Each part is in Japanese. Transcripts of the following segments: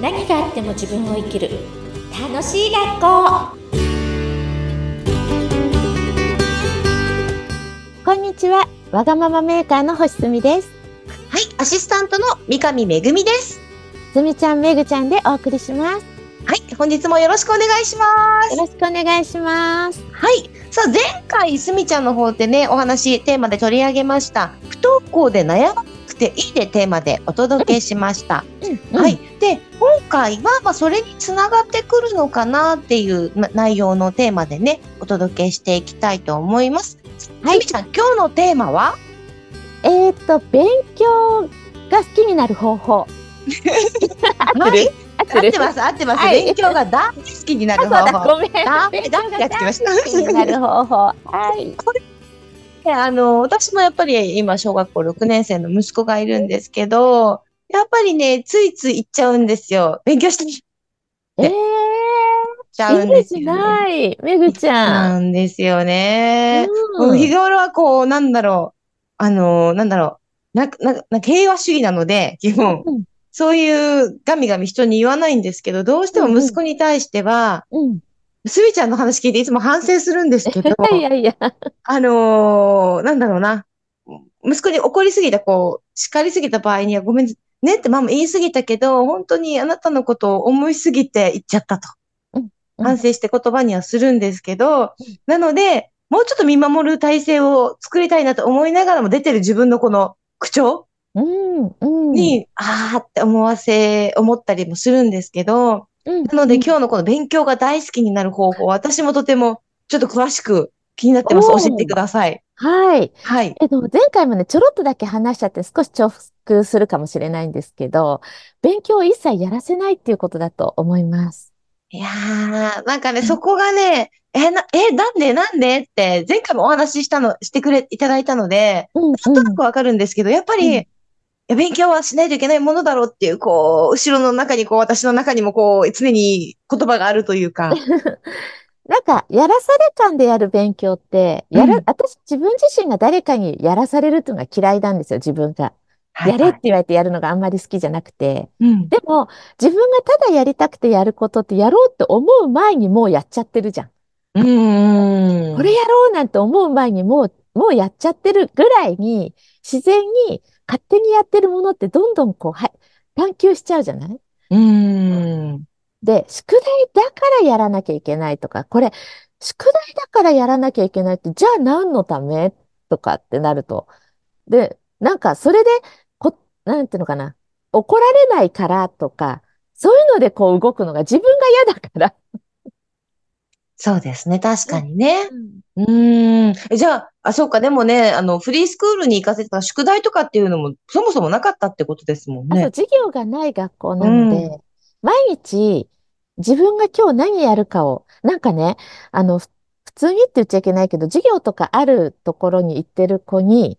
何があっても自分を生きる楽しい学校こんにちは。わがままメーカーの星すみです。はい、アシスタントの三上めぐみです。すみちゃん、めぐちゃんでお送りします。はい、本日もよろしくお願いします。よろしくお願いします。はい、さあ前回すみちゃんの方でね、お話テーマで取り上げました。不登校で悩まなくていいでテーマでお届けしました。うんはい、で今回はまあそれにつながってくるのかなっていうな内容のテーマでね、お届けしていきたいと思います。ははいい、すみちゃん、今日のテーマはえっ、と、勉強が好きになる方法。合ってる合っ合ってまます、合ってます。はい勉強が大好きになあ、そるう方だ、法。ごめん。だ勉だ強がやってきました好きになる方法。はい。であの、私もやっぱり今、小学校6年生の息子がいるんですけど、やっぱりね、ついつい行っちゃうんですよ。勉強してきえちゃー、うイんメでーすジよね。ない。めぐちゃん。なんですよね。うん日頃はこう、なんだろう、あの、なんだろう、な、な、な平和主義なので、基本。うんそういうガミガミ人に言わないんですけど、どうしても息子に対しては、うん。すみちゃんの話聞いていつも反省するんですけど、 いやいや。あのーなんだろうな。息子に怒りすぎた、こう、叱りすぎた場合には、ごめんねってママ言いすぎたけど、本当にあなたのことを思いすぎて言っちゃったとうんう。ん反省して言葉にはするんですけど、なので、もうちょっと見守る体制を作りたいなと思いながらも出てる自分のこの口調うん。うん。に、あーって思わせ、思ったりもするんですけど、うん、なので今日のこの勉強が大好きになる方法、私もとてもちょっと詳しく気になってます。お教ーえてください。はい。はい。えっと、前回もね、ちょろっとだけ話しちゃって少し重複するかもしれないんですけど、勉強を一切やらせないっていうことだと思います。いやー、なんかね、そこがね、え、な、え、なんでなんでって、前回もお話ししたの、してくれ、いただいたので、うん、なんとなくわかるんですけど、やっぱり、うんいや勉強はしないといけないものだろうっていう、こう、後ろの中に、こう、私の中にも、こう、常に言葉があるというか。なんか、やらされ感でやる勉強って、やら、うん私自分自身が誰かにやらされるっていうのが嫌いなんですよ、自分が。やれっはいて言われてやるのがあんまり好きじゃなくて。うん。でも、自分がただやりたくてやることってやろうって思う前にもうやっちゃってるじゃん。うーん。これやろうなんて思う前にもう、もうやっちゃってるぐらいに、自然に勝手にやってるものってどんどんこう、はい、探求しちゃうじゃないうーん。で、宿題だからやらなきゃいけないとか、これ、宿題だからやらなきゃいけないって、じゃあ何のためとかってなると。で、なんかそれで、こ、なんていうのかな、怒られないからとか、そういうのでこう動くのが自分が嫌だから。そうですね、確かにね。うんうーん。えじゃあ、あ、そうか、でもね、あの、フリースクールに行かせてた宿題とかっていうのも、そもそもなかったってことですもんあとね。授業がない学校なので、毎日自分が今日何やるかを、なんかね、あの、ふ普通にって言っちゃいけないけど、授業とかあるところに行ってる子に、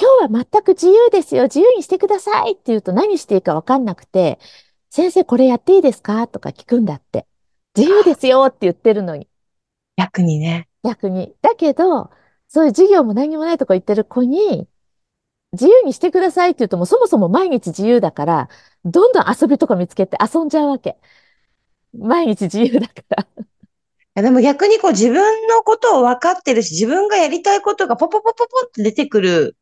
今日は全く自由ですよ、自由にしてくださいって言うと何していいかわかんなくて、先生これやっていいですかとか聞くんだって。自由ですよって言ってるのに、逆にね。逆に。だけど、そういう授業も何もないとこ行ってる子に、自由にしてくださいって言うともうそもそも毎日自由だから、どんどん遊びとか見つけて遊んじゃうわけ。毎日自由だから。いやでも逆にこう自分のことを分かってるし、自分がやりたいことがポポポポポって出てくる、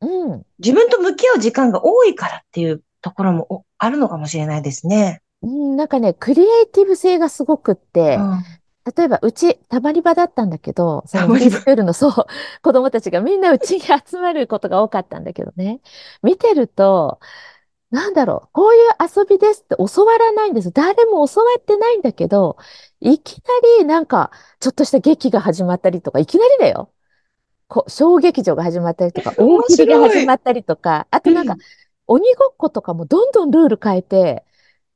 うん。自分と向き合う時間が多いからっていうところもおあるのかもしれないですね。うん、なんかね、クリエイティブ性がすごくって、例えば、うち、たまり場だったんだけど、そのたまりフ場リースクールの、そう、子供たちがみんなうちに集まることが多かったんだけどね。見てると、なんだろう、こういう遊びですって教わらないんです。誰も教わってないんだけど、いきなりなんか、ちょっとした劇が始まったりとか、いきなりだよ。こう、小劇場が始まったりとか、大喜利が面白い始まったりとか、あとなんか、鬼ごっことかもどんどんルール変えて、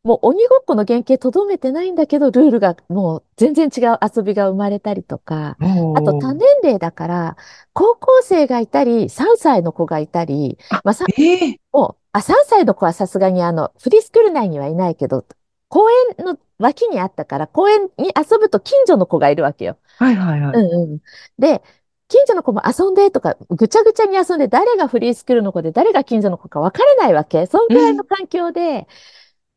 もう鬼ごっこの原型とどめてないんだけど、ルールがもう全然違う遊びが生まれたりとか、ああと多年齢だから、高校生がいたり、3歳の子がいたり、まあ、さええもう、あ、3歳の子はさすがにあの、フリースクール内にはいないけど、公園の脇にあったから、公園に遊ぶと近所の子がいるわけよ。はいはいはうい。んうん。で、近所の子も遊んでとか、ぐちゃぐちゃに遊んで、誰がフリースクールの子で、誰が近所の子か分からないわけ。そんくらいの環境で、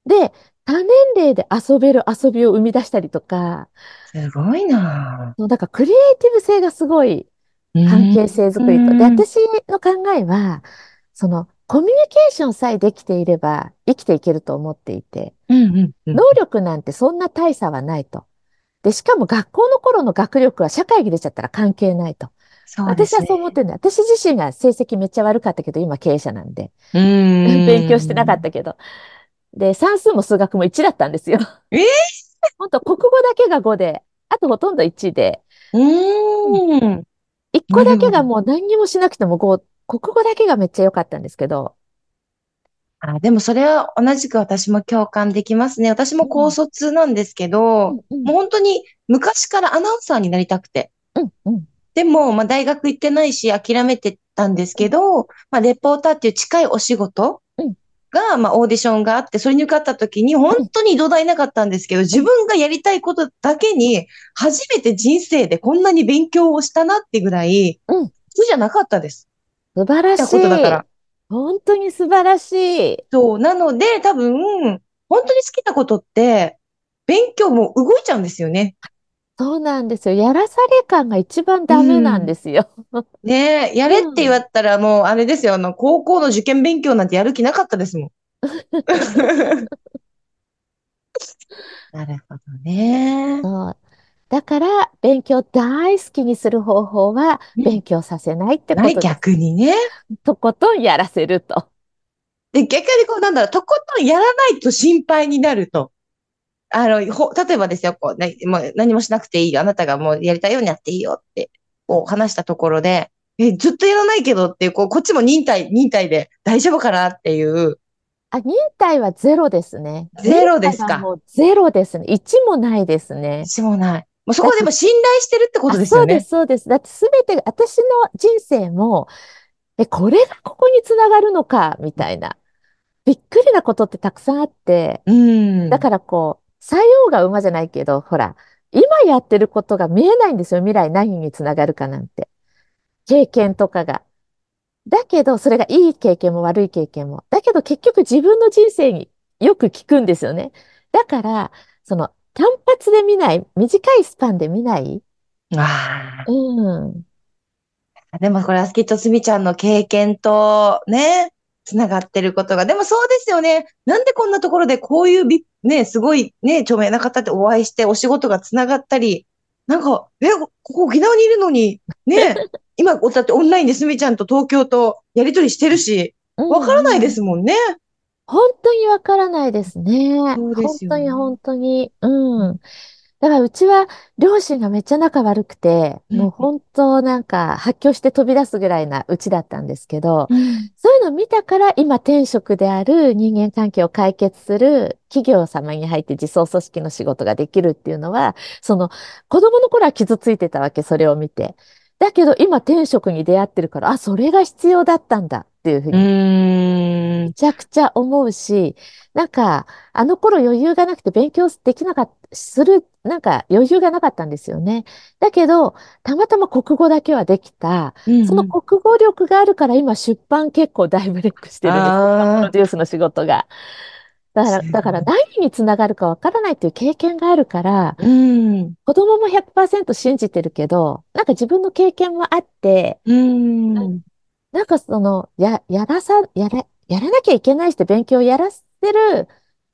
で、多年齢で遊べる遊びを生み出したりとか、すごいなそうだからクリエイティブ性がすごいぁ関係性づくりうと。んで、私の考えは、その、コミュニケーションさえできていれば生きていけると思っていて、うんうんうん。能力なんてそんな大差はないと。で、しかも学校の頃の学力は社会に出ちゃったら関係ないと。そうで私すはねそう思ってるんだ。私自身が成績めっちゃ悪かったけど、今経営者なんで。うん。勉強してなかったけど。で、算数も数学も1だったんですよ。えー本当国語だけが5で、あとほとんど1で、うん。 1個だけがもう何にもしなくても5、国語だけがめっちゃ良かったんですけど、あ、でもそれは同じく私も共感できますね。私も高卒なんですけど、うんうんもう本当に昔からアナウンサーになりたくて。うん、うん、でも、まあ大学行ってないし諦めてたんですけど、まあレポーターっていう近いお仕事うんが、まあオーディションがあって、それに受かった時に本当に土台なかったんですけど、自分がやりたいことだけに、初めて人生でこんなに勉強をしたなってぐらい、うん普通じゃなかったです。素晴らやしったことだからい。本当に素晴らしい。そう。なので、多分、本当に好きなことって、勉強も動いちゃうんですよね。そうなんですよ。やらされ感が一番ダメなんですよ。ねえ、やれって言われたらもう、あれですよ、あの、高校の受験勉強なんてやる気なかったですも ん。なるほどね。そう。だから、勉強大好きにする方法は、うん勉強させないってこない、とです。逆にね。とことんやらせると。で、逆にこう、なんだろう、とことんやらないと心配になると。あの、ほ、例えばですよ、こう、ね、もう何もしなくていいよ。あなたがもうやりたいようにやっていいよって、こう話したところで、え、ずっとやらないけどっていう、こう、こっちも忍耐、忍耐で大丈夫かなっていう。あ、忍耐はゼロですね。ゼロですか忍耐はもうゼロですね。一もないですね。しもない。もうそこでも信頼してるってことですあよそうでね。す、そうです。だってすべてが、私の人生も、え、これがここにつながるのか、みたいな。びっくりなことってたくさんあって、うん。だからこう、採用が馬じゃないけど、ほら、今やってることが見えないんですよ。未来何につながるかなんて。経験とかが。だけど、それがいい経験も悪い経験も。だけど結局自分の人生によく効くんですよね。だから、その、単発で見ない、短いスパンで見ない。あうん。。あ。でもこれはきっとすみちゃんの経験とね、つながってることが。でもそうですよね。なんでこんなところでこういうび、ね、すごいね、著名な方ってお会いしてお仕事がつながったり、なんか、え、ここ沖縄にいるのに、ね、今、だってオンラインですみちゃんと東京とやりとりしてるし、わからないですすもんね。本当にわからないですね。そうですよね本当に、本当に。うん。だからうちは両親がめっちゃ仲悪くて、うんもう本当なんか発狂して飛び出すぐらいなうちだったんですけど、そういうのを見たから今転職である人間関係を解決する企業様に入って自走組織の仕事ができるっていうのは、その子供の頃は傷ついてたわけ、それを見て。だけど今転職に出会ってるから、あ、それが必要だったんだっていうふうにうーんめ。ちゃくちゃ思うし、なんか、あの頃余裕がなくて勉強できなかった、する、なんか余裕がなかったんですよね。だけど、たまたま国語だけはできた。その国語力があるから今出版結構大ブレイクしてるんです。プロあデュースの仕事が。だかすら、ごいだから何につながるかわからないっていう経験があるから、あ。うん。子供も100%信じてるけど、なんか自分の経験もあって、うん。なんかその、や、やらさ、やら、やらなきゃいけないして勉強をやらせる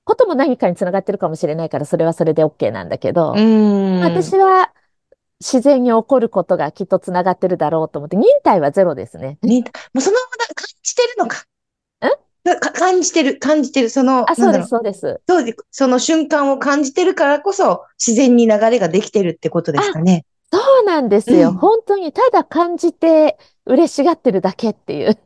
ことも何かにつながってるかもしれないから、それはそれで OK なんだけど、うん。私は自然に起こることがきっとつながってるだろうと思って、忍耐はゼロですね。ね、もうそのまま感じてるのか。えなか感じてる、感じてる、その、あ、そうなんでだす、そうです。ろう当時、その瞬間を感じてるからこそ、自然に流れができてるってことですかね。そうなんですよ。うん本当に、ただ感じて嬉しがってるだけっていう。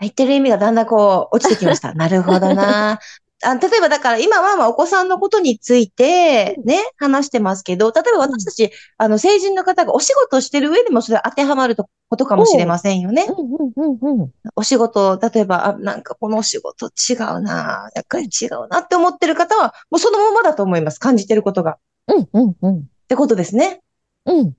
言ってる意味がだんだんこう、落ちてきまし た。なるほどな。あ例えばだから今はまあお子さんのことについてね、話してますけど、例えば私たち、あの成人の方がお仕事をしてる上でもそれ当てはまるとことかもしれませんよね。うんうんうんうん。お仕事、例えば、あ、なんかこのお仕事違うな、やっぱり違うなって思ってる方は、もうそのままだと思います。感じてることが。っうんうんうん。 てことですね。うん。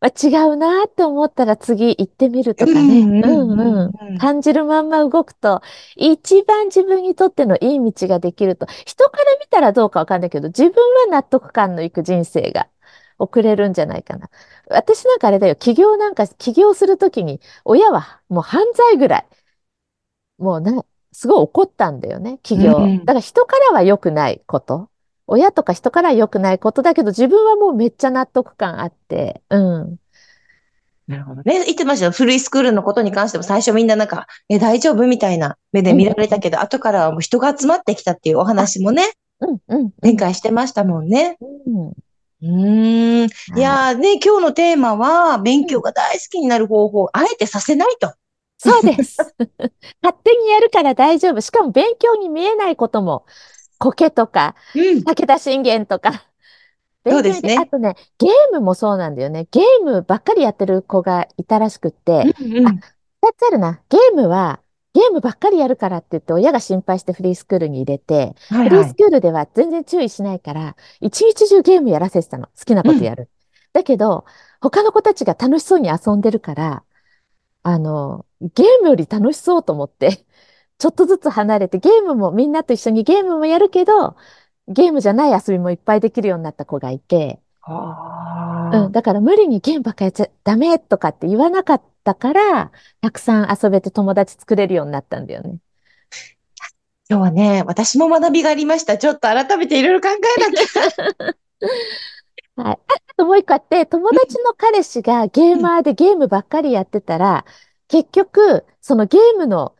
まあ、違うなって思ったら次行ってみるとかうね。んうんうんうんうん。感じるまんま動くと、一番自分にとってのいい道ができると。人から見たらどうかわかんないけど、自分は納得感のいく人生が送れるんじゃないかな。私なんかあれだよ。起業なんか、起業するときに、親はもう犯罪ぐらい。もうな、すごい怒ったんだよね、企業。うんだから人からは良くないこと。親とか人からは良くないことだけど、自分はもうめっちゃ納得感あって、うん。なるほどね。言ってましたよ。古いスクールのことに関しても最初みんななんか、え、大丈夫みたいな目で見られたけど、後からはもう人が集まってきたっていうお話もね、うん、うん、前回してましたもんね。うん。うーん。いやーね、今日のテーマは、勉強が大好きになる方法、あえてさせないと。そうです。 勝手にやるから大丈夫。しかも勉強に見えないことも、苔とか、うん。武田信玄とか。 そうですね勉強にあとね、ゲームもそうなんだよね。ゲームばっかりやってる子がいたらしくって、うんうん二つあるな。ゲームは、ゲームばっかりやるからって言って、親が心配してフリースクールに入れて、はいフリはースい。クールでは全然注意しないから、一日中ゲームやらせてたの。好きなことやる。だけど、他の子たちが楽しそうに遊んでるから、あの、ゲームより楽しそうと思って、ちょっとずつ離れて、ゲームもみんなと一緒にゲームもやるけど、ゲームじゃない遊びもいっぱいできるようになった子がいて、あうん、だから無理にゲームばっかやっちゃダメとかって言わなかったから、たくさん遊べて友達作れるようになったんだよね。今日はね、私も学びがありました。ちょっと改めていろいろ考えなきゃ。はい。ああともう一個あって、友達の彼氏がゲーマーでゲームばっかりやってたら、結局、そのゲームの、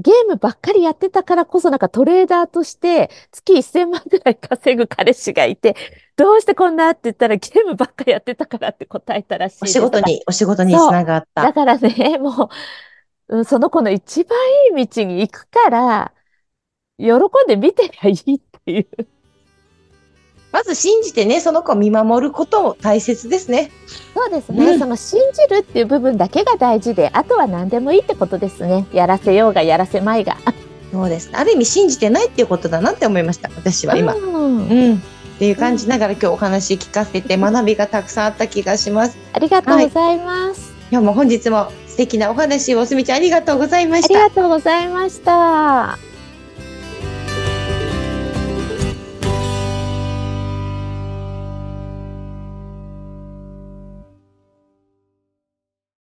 ゲームばっかりやってたからこそなんかトレーダーとして月1000万ぐらい稼ぐ彼氏がいて、どうしてこんなって言ったらゲームばっかりやってたからって答えたらしい おです仕事に、お仕事につながった。だからね、もう、うんその子の一番いい道に行くから、喜んで見てりゃいいっていう。まず信じてね、その子を見守ることも大切ですね。そうですね、うんその信じるっていう部分だけが大事で、あとは何でもいいってことですね。やらせようがやらせまいが。そうですね。ある意味信じてないっていうことだなって思いました。私は今。うんうん。っていう感じながら今日お話聞かせて学びがたくさんあった気がします。ありがとうございます。今日も本日も素敵なお話をすみちゃんありがとうございあましりた。がとうございました。